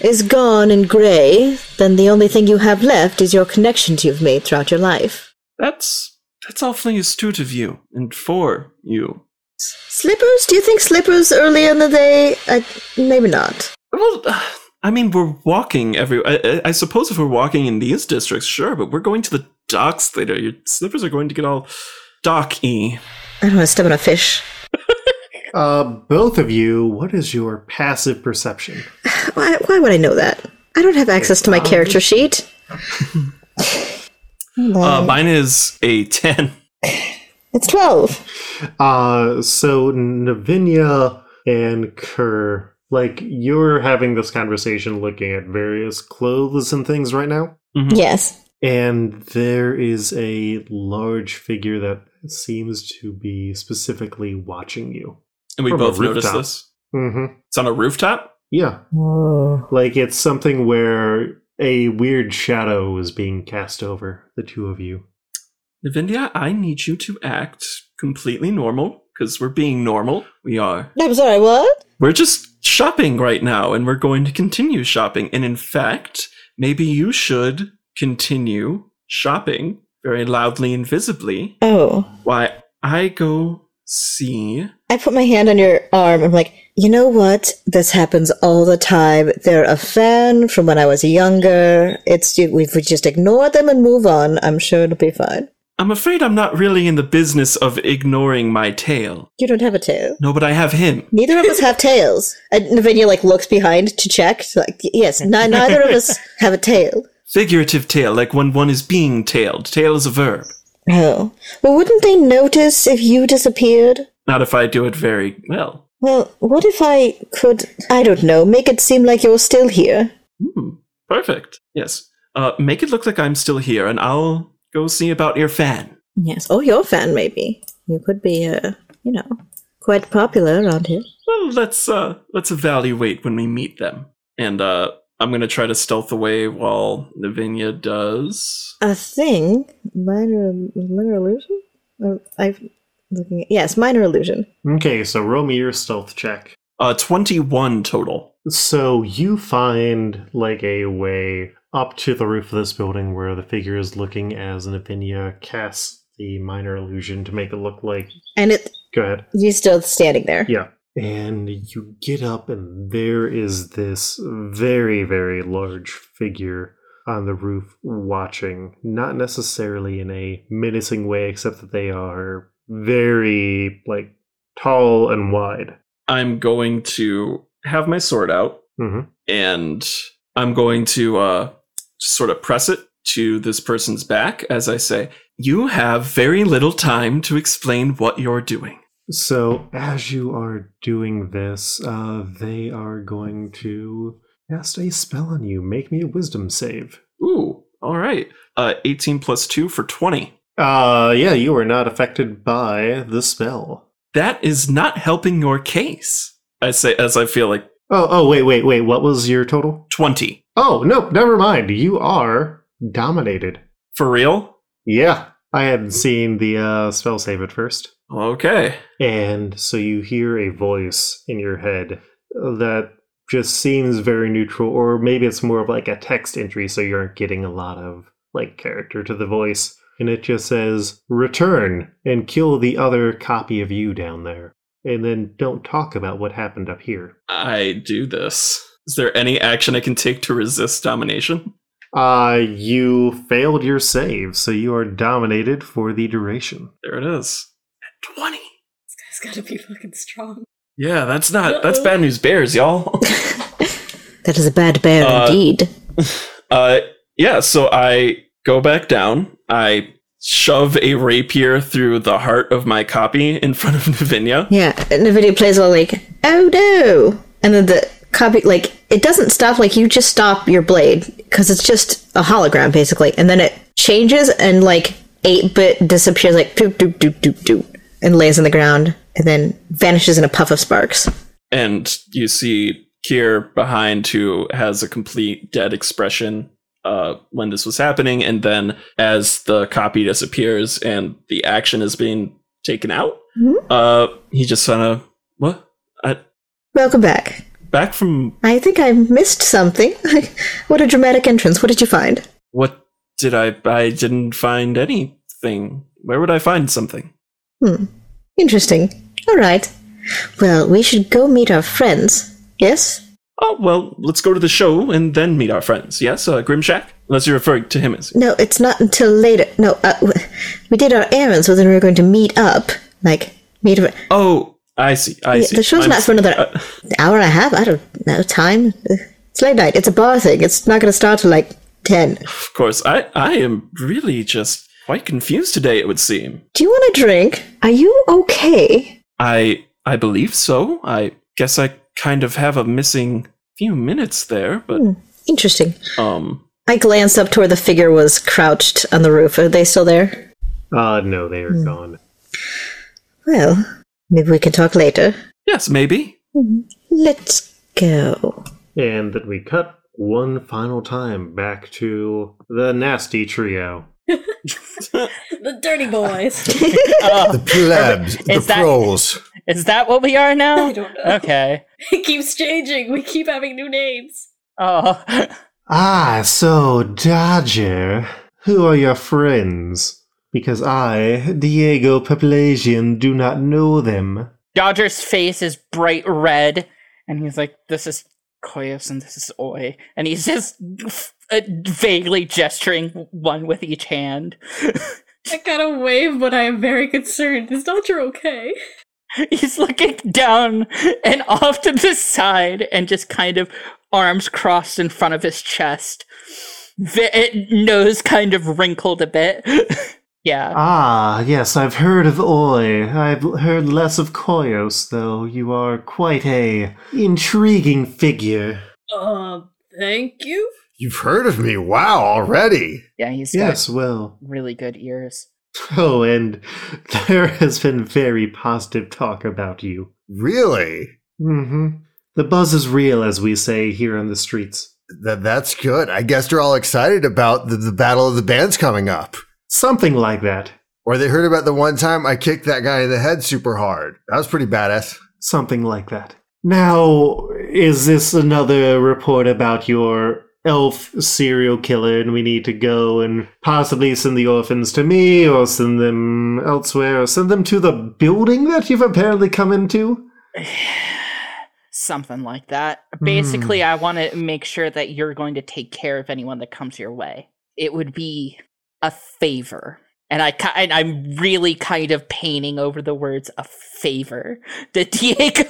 S4: is gone and gray, then the only thing you have left is your connections you've made throughout your life.
S3: That's. That's awfully astute of you, and for you.
S4: Slippers? Do you think slippers early in the day? I, maybe not.
S3: Well, I mean, we're walking every. I, I- I suppose if we're walking in these districts, sure, but we're going to the docks later. Your slippers are going to get all docky. Uh,
S4: I don't want to step on a fish.
S1: Uh, both of you, what is your passive perception?
S4: Why, why would I know that? I don't have access to my character sheet.
S3: Uh, mine is a ten.
S4: It's 12.
S1: Uh, so Navinia and Kerr, like you're having this conversation looking at various clothes and things right now,
S4: Yes.
S1: and there is a large figure that seems to be specifically watching you.
S3: And we
S1: From a
S3: both noticed
S1: rooftop.
S3: this.
S1: Mm-hmm.
S3: It's on a rooftop.
S1: Yeah, like it's something where a weird shadow is being cast over the two of you.
S3: Navindia, I need you to act completely normal because we're being normal. We are.
S4: I'm sorry, what?
S3: We're just shopping right now, and we're going to continue shopping. And in fact, maybe you should continue shopping very loudly and visibly
S4: Oh.
S3: Why I go see
S4: I put my hand on your arm. I'm like, You know what? This happens all the time. They're a fan from when I was younger. It's we, we just ignore them and move on. I'm sure it'll be fine.
S3: I'm afraid I'm not really in the business of ignoring my tail.
S4: You don't have a tail.
S3: No, but I have him.
S4: Neither of us have tails. And Navinia like looks behind to check. She's Like yes, ni- neither of us have a tail.
S3: Figurative tail, like when one is being tailed. Tail is a verb.
S4: Oh, well, wouldn't they notice if you disappeared?
S3: Not if I do it very well.
S4: Well, what if I could? I don't know. Make it seem like you're still here.
S3: Hmm, perfect. Yes. Uh, make it look like I'm still here, and I'll go see about your fan.
S4: Yes, or your fan maybe. You could be, uh, you know, quite popular around here.
S3: Well, let's uh, let's evaluate when we meet them. And uh, I'm gonna try to stealth away while Lavinia does.
S4: a thing minor minor illusion Um, i've looking at yes minor illusion
S1: Okay, so roll me your stealth check.
S3: Uh, 21 total.
S1: So you find like a way up to the roof of this building where the figure is looking as Navinia casts the minor illusion to make it look like.
S4: and it
S1: Go ahead.
S4: you still standing there
S1: Yeah. And you get up, and there is this very, very large figure on the roof watching. Not necessarily in a menacing way, except that they are very, like, tall and wide.
S3: I'm going to have my sword out,
S1: Mm-hmm.
S3: and I'm going to uh, sort of press it to this person's back as I say, "You have very little time to explain what you're doing."
S1: So, as you are doing this, uh, they are going to cast a spell on you. Make me a wisdom save.
S3: Ooh, all right. Uh, 18 plus two for 20.
S1: Uh, yeah, you are not affected by the spell.
S3: That is not helping your case. I say as I feel like
S1: Oh, oh, wait, wait, wait. What was your total?
S3: 20
S1: Oh, no, never mind. You are dominated.
S3: for real.
S1: Yeah, I hadn't seen the uh, spell save at first.
S3: Okay.
S1: And so you hear a voice in your head that just seems very neutral, or maybe it's more of like a text entry, so you aren't getting a lot of like character to the voice. And it just says, Return and kill the other copy of you down there. And then don't talk about what happened up here.
S3: I do this. Is there any action I can take to resist domination?
S1: Uh, you failed your save, so you are dominated for the duration.
S3: There it is. At 20.
S2: This guy's gotta be fucking strong.
S3: Yeah, that's not that's
S2: Uh-oh.
S3: bad news bears, y'all.
S4: that is a bad bear
S3: Uh,
S4: indeed
S3: uh yeah, so I go back down. I shove a rapier through the heart of my copy in front of Navinia.
S4: yeah and the video plays all like oh no and then the copy like it doesn't stop like you just stop your blade because it's just a hologram basically and then it changes and like 8-bit disappears like doop doop doop doop doop and lays on the ground and then vanishes in a puff of sparks
S3: And you see Kier behind who has a complete dead expression uh, when this was happening, and then as the copy disappears and the action is being taken out,
S4: Mhm.
S3: uh, he just kind of what
S4: welcome back
S3: back from
S4: I think I missed something. what a dramatic entrance. What did you find?
S3: what did I? I didn't find anything. Where would I find something?
S4: Hmm. Interesting. All right. Well, we should go meet our friends. Yes?
S3: Oh well, let's go to the show and then meet our friends. Yes, uh, Grimshack. Unless you're referring to him as
S4: No, it's not until later. No, uh, w- we did our errands, so then we were going to meet up. Like, meet up.
S3: oh. I see. I
S4: Yeah,
S3: see.
S4: the show's
S3: I'm
S4: not
S3: s- uh,
S4: for another- Hour and a half? I don't know. Time? Ugh. It's late night. It's a bar thing. It's not going to start till like 10.
S3: Of course, I, I am really just quite confused today, it would seem.
S4: Do you want a drink? Are you okay?
S3: I I believe so. I guess I kind of have a missing few minutes there, but
S4: Interesting.
S3: um
S4: I glanced up to where the figure was crouched on the roof. Are they still there?
S1: Uh, no, they are gone.
S4: Well, maybe we can talk later.
S3: yes, maybe.
S4: Let's go.
S1: And then we cut one final time back to the nasty trio.
S2: The dirty boys.
S5: Oh,
S6: The plebs, the
S5: Is that-
S6: pros.
S5: is that what we are
S2: I
S5: now?
S2: don't know.
S5: Okay.
S2: It keeps changing. We keep having new names.
S5: Oh,
S1: Ah, so Dodger, who are your friends? Because I, Diego Peplagian, do not know them.
S5: Dodger's face is bright red, and he's like, "This is Koyos and this is Oi," and he's just f- uh, vaguely gesturing one with each hand.
S2: I gotta wave, but I am very concerned. Is Dodger okay?
S5: he's looking down and off to the side, and just kind of arms crossed in front of his chest, V- it, nose kind of wrinkled a bit. yeah.
S1: Ah, yes, I've heard of Oi. I've l- heard less of Koyos, though. You are quite a intriguing figure.
S2: Uh, thank you.
S6: You've heard of me. Wow, already.
S5: Yeah, he's
S1: Yes, well.
S5: got really good ears.
S1: Oh, and there has been very positive talk about you.
S6: Really?
S1: Mm-hmm. The buzz is real, as we say here on the streets.
S6: That that's good. I guess they're all excited about the, the Battle of the Bands coming up.
S1: Something like that.
S6: Or they heard about the one time I kicked that guy in the head super hard. That was pretty badass.
S1: Something like that. Now, is this another report about your elf serial killer and we need to go and possibly send the orphans to me or send them elsewhere or send them to the building that you've apparently come into?
S5: Something like that. Basically, I want to make sure that you're going to take care of anyone that comes your way. It would be a favor. And I ki- and I'm really kind of painting over the words a favor to Diego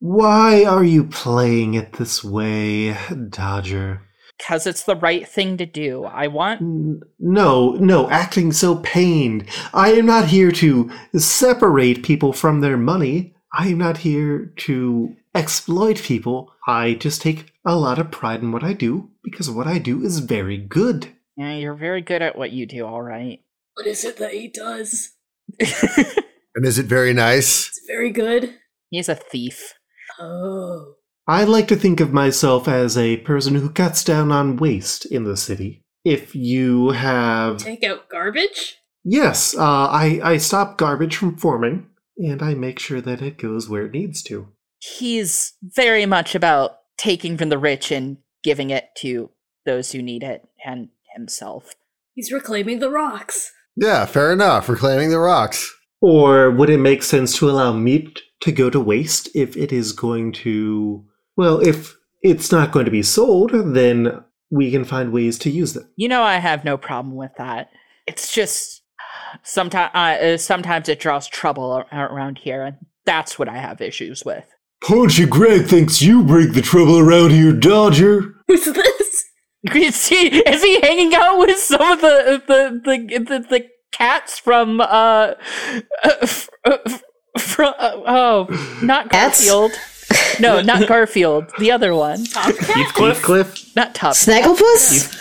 S1: Why are you playing it this way, Dodger?
S5: cuz it's the right thing to do. I want
S1: N- No, no, acting so pained. I am not here to separate people from their money. I am not here to exploit people. I just take a lot of pride in what I do because what I do is very good.
S5: Yeah, you're very good at what you do, all right.
S2: What is it that he does?
S6: And is it very nice?
S2: It's very good.
S5: He's a thief.
S2: Oh.
S1: I like to think of myself as a person who cuts down on waste in the city. If you have.
S2: Take out garbage?
S1: Yes, uh, I, I stop garbage from forming and I make sure that it goes where it needs to.
S5: He's very much about taking from the rich and giving it to those who need it and himself.
S2: He's reclaiming the rocks.
S6: Yeah, fair enough. Reclaiming the rocks.
S1: Or would it make sense to allow meat to go to waste if it is going to. Well, if it's not going to be sold, then we can find ways to use them.
S5: You know, I have no problem with that. It's just sometimes uh, sometimes it draws trouble ar- around here, and that's what I have issues with.
S1: Punchy Greg thinks you bring the trouble around here, Dodger.
S2: Who's this?
S5: Is he is he hanging out with some of the the the the, the cats from uh, uh, f- uh f- from uh, oh not
S4: Cats?
S5: Garfield. No, not Garfield. The other one,
S1: Heathcliff? Heathcliff?
S5: not Top.
S4: Snagglepuss?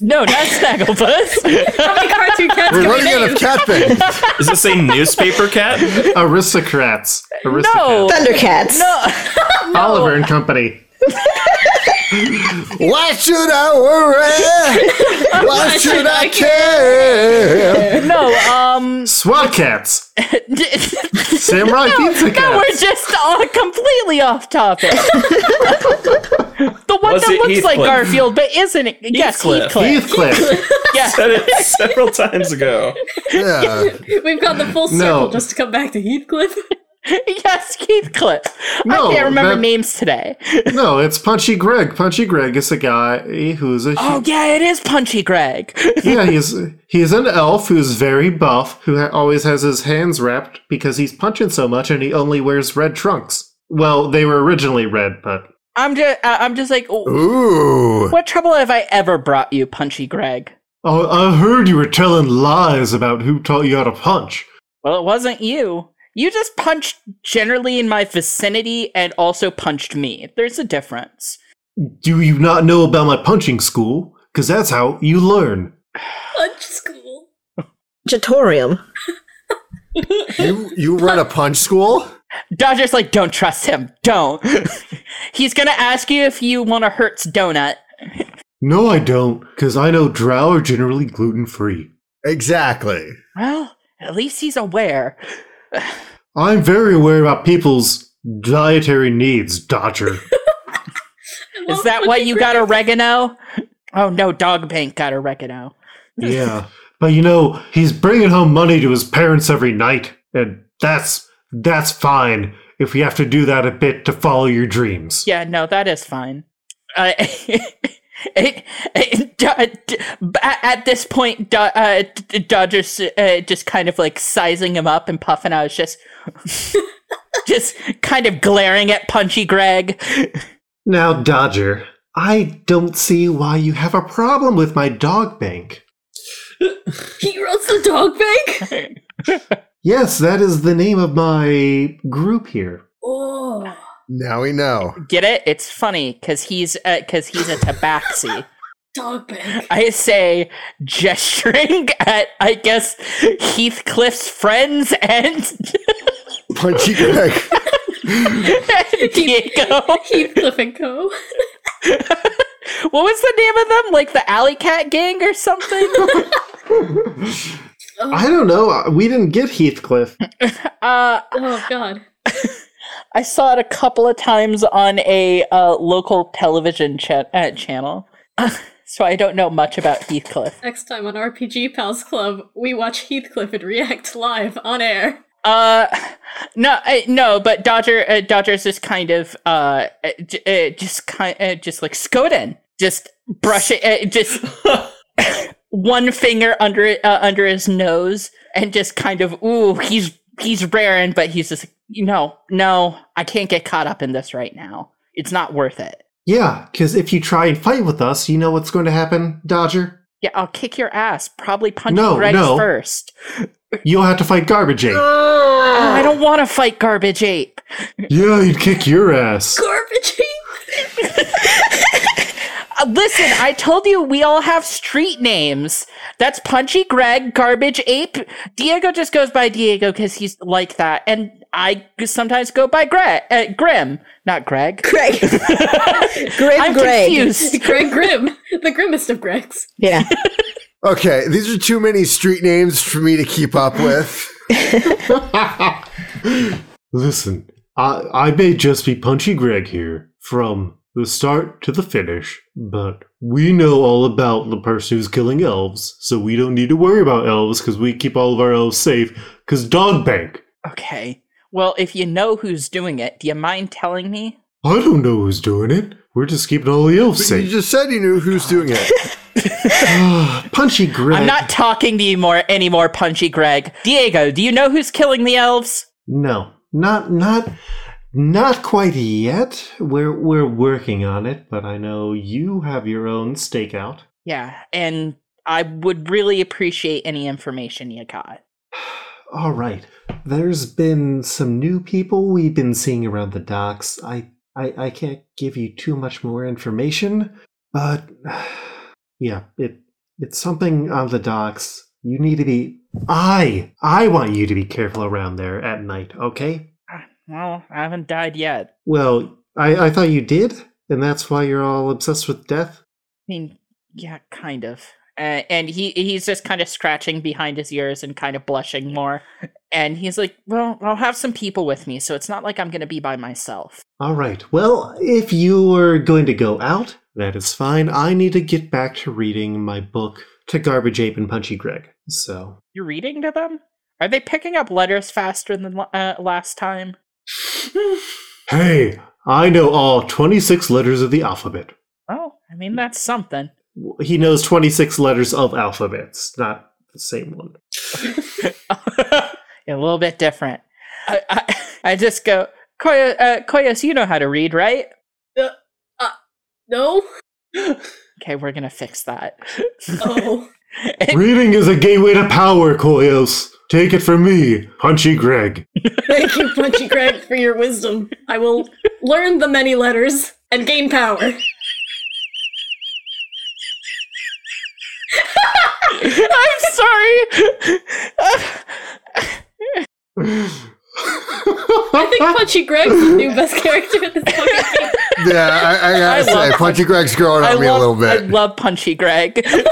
S5: No, not Snagglepuss.
S2: How many cartoon cats
S6: We're
S2: can
S6: running out of cat things.
S3: Is this a newspaper cat?
S1: Aristocrats. Aristocrats.
S5: no,
S4: Thundercats.
S5: no.
S1: Oliver and Company.
S6: Why should I worry? Why should I care?
S5: No, um,
S1: SWAT cats. Samurai pizza
S5: no, we're
S1: cats.
S5: just all completely off topic. the one
S3: Was
S5: that
S3: it
S5: looks like
S3: Heathcliff?
S5: Garfield, but isn't it? Yes,
S3: Heathcliff.
S5: Heathcliff.
S1: Heathcliff.
S5: Yes.
S3: Said it several times ago.
S6: Yeah.
S2: We've got the full
S1: No.
S2: circle just to come back to Heathcliff.
S5: yes, Heathcliff.
S1: No,
S5: I can't remember
S1: that-
S5: names today.
S1: no, it's Punchy Greg. Punchy Greg is a guy who's a
S5: Oh, yeah, it is Punchy Greg.
S1: yeah, he's he's an elf who's very buff, who ha- always has his hands wrapped because he's punching so much, and he only wears red trunks. Well, they were originally red, but
S5: I'm just, uh, I'm just like, oh,
S6: Ooh.
S5: what trouble have I ever brought you, Punchy Greg?
S1: oh, I heard you were telling lies about who taught you how to punch.
S5: Well, it wasn't you. You just punched generally in my vicinity and also punched me. There's a difference.
S1: Do you not know about my punching school? Because that's how you learn.
S2: Punch school.
S4: Jatorium.
S6: You you run a punch school?
S5: Dodger's like, don't trust him. Don't. He's gonna ask you if you want a Hertz donut.
S1: No, I don't, because I know drow are generally gluten free.
S6: Exactly.
S5: Well, at least he's aware.
S1: I'm very aware about people's dietary needs, Dodger.
S2: I
S5: Is
S2: love
S5: that why
S2: Punch
S5: you
S2: Greg.
S5: got oregano? Oh no, Dog Bank got oregano.
S1: yeah. But you know, he's bringing home money to his parents every night, and that's that's fine. if we have to do that a bit to follow your dreams.
S5: Yeah, no, that is fine. Uh, it- it- Do- uh, D- b- at at this point, Do- uh, D- Dodger's uh, just kind of like sizing him up and puffing out, just, just kind of glaring at Punchy Greg.
S1: Now, Dodger, I don't see why you have a problem with my dog bank.
S2: He runs the dog bank.
S1: Yes, that is the name of my group here.
S2: Oh,
S6: Now we know.
S5: Get it? It's funny because he's because he's a tabaxi.
S2: dog bank.
S5: I say, gesturing at I guess Heathcliff's friends and
S6: Punchy Greg.
S5: Diego.
S2: Heathcliff and Co.
S5: what was the name of them? Like the Alley Cat Gang or something?
S2: Oh,
S1: I don't know. Uh, We didn't get Heathcliff.
S5: uh,
S2: oh God.
S5: I saw it a couple of times on a uh, local television cha- uh, channel, so I don't know much about Heathcliff.
S2: Next time on RPG Pals Club, we watch Heathcliff and react live on air.
S5: Uh, no, I, no, but Dodger, uh, Dodger's just kind of uh, uh, j- uh, just kind, uh, just like Skoden, just brush it, uh, just one finger under uh, under his nose, and just kind of ooh, he's he's raring, but he's just you know, no, I can't get caught up in this right now. It's not worth it.
S1: Yeah, because if you try and fight with us, you know what's going to happen, Dodger?
S5: Yeah, I'll kick your ass. Probably punch
S1: No,
S5: Greg
S1: no.
S5: first.
S1: You'll have to fight Garbage Ape.
S5: I don't want to fight Garbage Ape.
S1: Yeah, he'd kick your ass.
S2: Garbage.
S5: Uh, Listen, I told you we all have street names. That's Punchy Greg, Garbage Ape. Diego just goes by Diego because he's like that, and I sometimes go by Greg, uh, Grim, not Greg.
S4: Greg. Grim
S5: I'm
S4: Greg.
S5: confused.
S2: Greg Grimm, the grimmest of Gregs.
S4: Yeah.
S6: Okay, these are too many street names for me to keep up with.
S1: Listen, I, I may just be Punchy Greg here from the start to the finish, but we know all about the person who's killing elves, so we don't need to worry about elves because we keep all of our elves safe because Dog Bank.
S5: Okay. Well, if you know who's doing it, do you mind telling me?
S1: I don't know who's doing it. We're just keeping all the elves
S6: But you
S1: safe.
S6: just said you knew who's doing it.
S1: Punchy Greg.
S5: I'm not talking to you more anymore, Punchy Greg. Diego, do you know who's killing the elves?
S1: No, not not not quite yet. We're we're working on it, but I know you have your own stakeout.
S5: Yeah, and I would really appreciate any information you got.
S1: All right. There's been some new people we've been seeing around the docks. I I, I can't give you too much more information, but yeah, it it's something on the docks. You need to be I I want you to be careful around there at night, okay?
S5: Well, I haven't died yet.
S1: Well, I, I thought you did, and that's why you're all obsessed with death.
S5: I mean, yeah, kind of. Uh, and he he's just kind of scratching behind his ears and kind of blushing more. And he's like, "Well, I'll have some people with me, so it's not like I'm going to be by myself."
S1: All right. Well, if you're going to go out, that is fine. I need to get back to reading my book to Garbage Ape and Punchy Greg. So,
S5: You're reading to them? Are they picking up letters faster than la- uh, last time?
S1: hey, I know all 26 letters of the alphabet.
S5: Oh, I mean, that's something.
S1: He knows 26 letters of alphabets, not the same one.
S5: a little bit different. I, I, I just go, Koyos, uh, Koyos, you know how to read, right?
S2: No.
S5: Okay, we're gonna fix that.
S2: Oh.
S1: reading is a gateway to power, Koyos. Take it from me, Punchy Greg.
S2: Thank you, Punchy Greg, for your wisdom. I will learn the many letters and gain power.
S5: I'm sorry.
S2: I think Punchy Greg's the new best character in this fucking game.
S6: Yeah, I, I gotta
S5: I
S6: say,
S5: love-
S6: Punchy Greg's growing on me a little
S5: I
S6: bit.
S5: love Punchy Greg.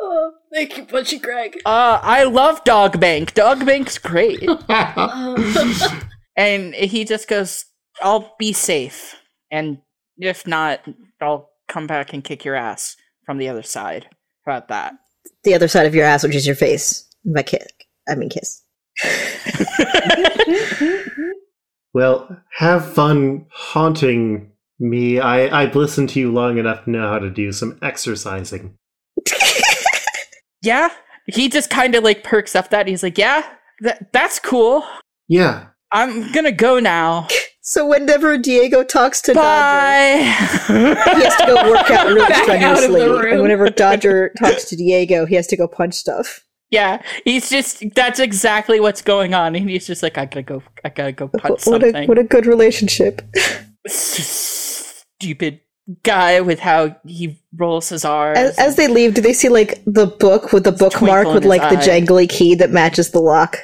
S2: Oh, thank you, Punchy Greg.
S5: Uh, I love Dog Bank. Dog Bank's great.
S2: Um,
S5: and he just goes, I'll be safe. And if not, I'll come back and kick your ass from the other side. How about that?
S4: The other side of your ass, which is your face. By kick. I mean kiss.
S1: Well, have fun haunting me. I, I've listened to you long enough to know how to do some exercising.
S5: Yeah. He just kind of like perks up that. He's like, yeah, that, that's cool.
S1: Yeah.
S5: I'm going to go now.
S4: So whenever Diego talks to Dodger,
S5: Bye.
S4: he has to go work out really
S2: Back out of the
S4: strenuously.
S2: room.
S4: And whenever Dodger talks to Diego, he has to go punch stuff.
S5: Yeah, he's just that's exactly what's going on, and he's just like, I gotta go, I gotta go punch
S4: what,
S5: something.
S4: a, what a good relationship.
S5: Stupid guy with how he rolls his R's.
S4: As, as they leave, do they see like the book with the bookmark
S5: twinkle
S4: with
S5: in
S4: like
S5: his
S4: the
S5: eye.
S4: jangly key that matches the lock?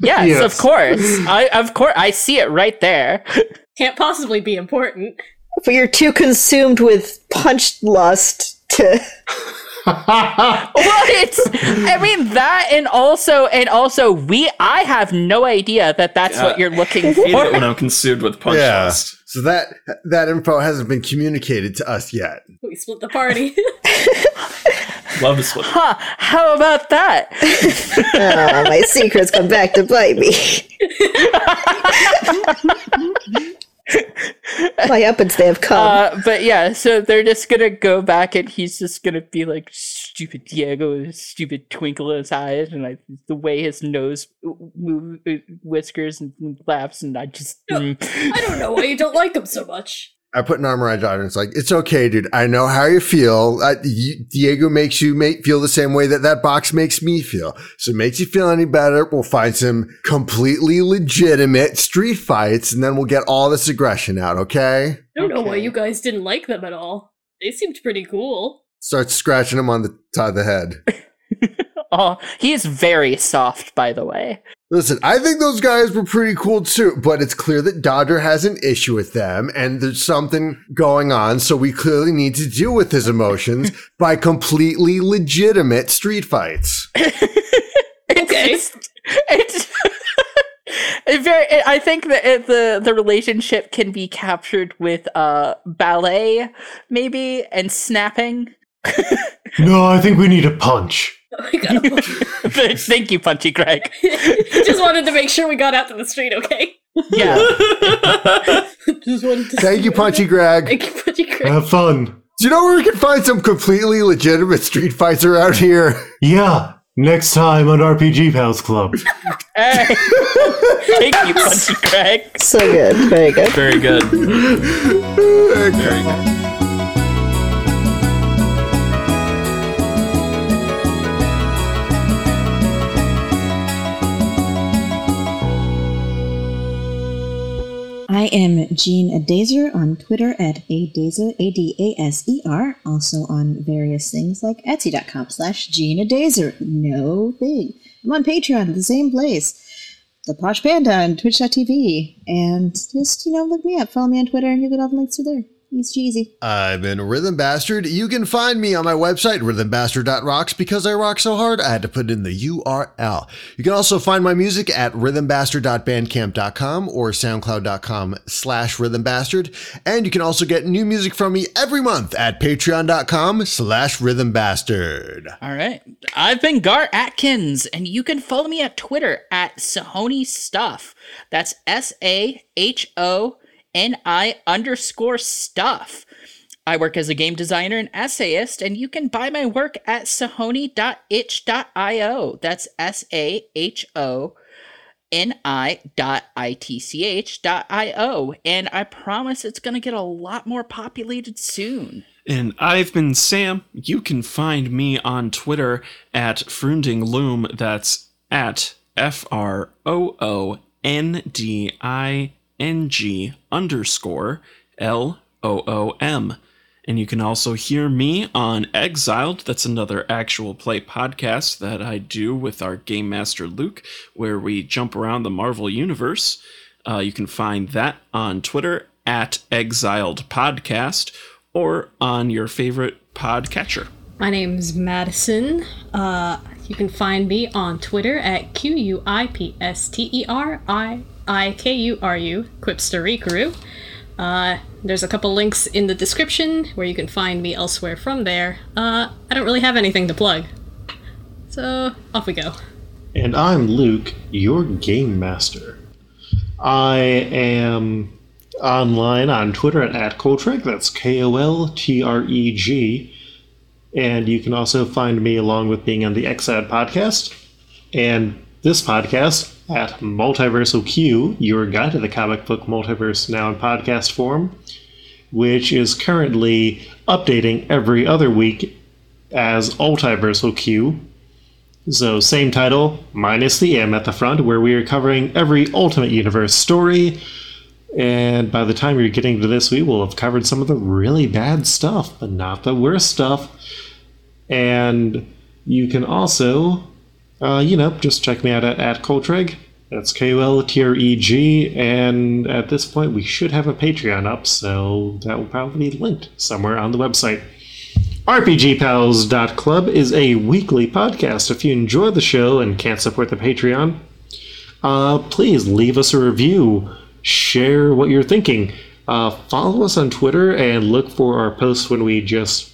S5: yes,
S1: Yes.
S5: of course. I of course I see it right there.
S2: Can't possibly be important.
S4: But you're too consumed with punch lust to.
S5: well, it's I mean that, and also and also we I have no idea that that's
S3: Yeah.
S5: what you're looking
S3: Hate it
S5: for.
S3: when I'm consumed with punch
S6: Yeah.
S3: lust.
S6: So that that info hasn't been communicated to us yet.
S2: We split the party.
S3: Love is what
S5: Huh? How about that?
S4: Oh, my secrets come back to bite me. my uppance, they have come.
S5: Uh, but yeah, so they're just gonna go back, and he's just gonna be like, "Stupid Diego, with his stupid twinkle in his eyes," and like the way his nose move, uh, whiskers and laughs, and I just
S2: No.
S5: mm.
S2: I don't know why you don't like him so much.
S6: I put an arm around John and it's like, it's okay, dude. I know how you feel. Uh, you, Diego makes you make, feel the same way that that box makes me feel. So it makes you feel any better. We'll find some completely legitimate street fights and then we'll get all this aggression out. Okay.
S2: I don't know why
S5: Okay.
S2: you guys didn't like them at all. They seemed pretty cool.
S6: Starts scratching him on the side of the head.
S5: oh, he's very soft, by the way.
S6: Listen, I think those guys were pretty cool too, but it's clear that Dodger has an issue with them and there's something going on. So we clearly need to deal with his emotions by completely legitimate street fights.
S5: It's
S2: Okay.
S5: just- it's it very. It, I think that it, the the relationship can be captured with uh ballet, maybe, and snapping.
S1: no, I think we need a punch.
S2: We got him.
S5: Thank you, Punchy Greg.
S2: Just wanted to make sure we got out to the street, okay?
S5: Yeah.
S2: Just wanted to
S6: Thank you, Punchy Greg.
S2: Thank you, Punchy Greg.
S1: Have fun.
S6: Do you know where we can find some completely legitimate street fights around here?
S1: Yeah. Next time on RPG Pals Club.
S5: Hey. Thank you, Punchy Greg.
S4: so good. Very good.
S3: very good. Very good.
S7: I am Jean Adazer on Twitter at Adazer, A-D-A-S-E-R, E also on various things like Etsy.com slash Jean Adazer. No thing. I'm on Patreon, the same place. The Posh Panda on Twitch.tv. And just, you know, look me up. Follow me on Twitter and you'll get all the links to there. Easy cheesy.
S6: I've been Rhythm Bastard. You can find me on my website, rhythmbastard.rocks, because I rock so hard I had to put in the URL. You can also find my music at rhythmbastard.bandcamp.com or soundcloud.com slash rhythmbastard. And you can also get new music from me every month at patreon.com slash rhythmbastard.
S5: All right. I've been Gar Atkins, and you can follow me at Twitter at Sahoni Stuff. That's S A H O N I underscore stuff. I work as a game designer and essayist, and you can buy my work at sahoni.itch.io. That's S A H O ni.itch.io. And I promise it's going to get a lot more populated soon.
S3: And I've been Sam. You can find me on Twitter at FrundingLoom. That's at F R O O N D I N G underscore L O O M. And you can also hear me on Exiled. That's another actual play podcast that I do with our game master Luke, where we jump around the Marvel Universe. Uh, you can find that on Twitter at Exiled Podcast or on your favorite podcatcher.
S2: My name's Madison. Uh, you can find me on Twitter at Q U I P S T E R I I K U R U, Quipsterikuru. Uh, there's a couple links in the description where you can find me elsewhere from there. Uh, I don't really have anything to plug. So, off we go.
S1: And I'm Luke, your game master. I am online on Twitter at, at Coltreg. That's K O L T R E G. And you can also find me along with being on the XAD podcast and this podcast at Multiversal Q, your guide to the comic book multiverse now in podcast form, which is currently updating every other week as Altiversal Q. So, same title, minus the M at the front, where we are covering every Ultimate Universe story. And by the time you're getting to this, we will have covered some of the really bad stuff, but not the worst stuff. And you can also, uh, you know, just check me out at, at Coltreg. That's K O L T R E G. And at this point, we should have a Patreon up, so that will probably be linked somewhere on the website. RPGPals.club is a weekly podcast. If you enjoy the show and can't support the Patreon, uh, please leave us a review, share what you're thinking, uh, follow us on Twitter, and look for our posts when we just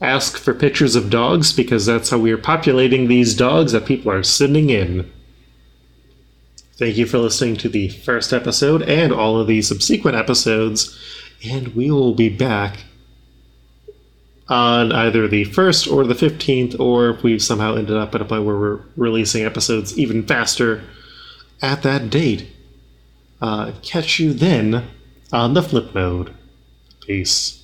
S1: ask for pictures of dogs because that's how we are populating these dogs that people are sending in. Thank you for listening to the first episode and all of the subsequent episodes, and we will be back on either the 1st or the 15th, or if we've somehow ended up at a point where we're releasing episodes even faster at that date. Uh, catch you then on the flip mode. Peace.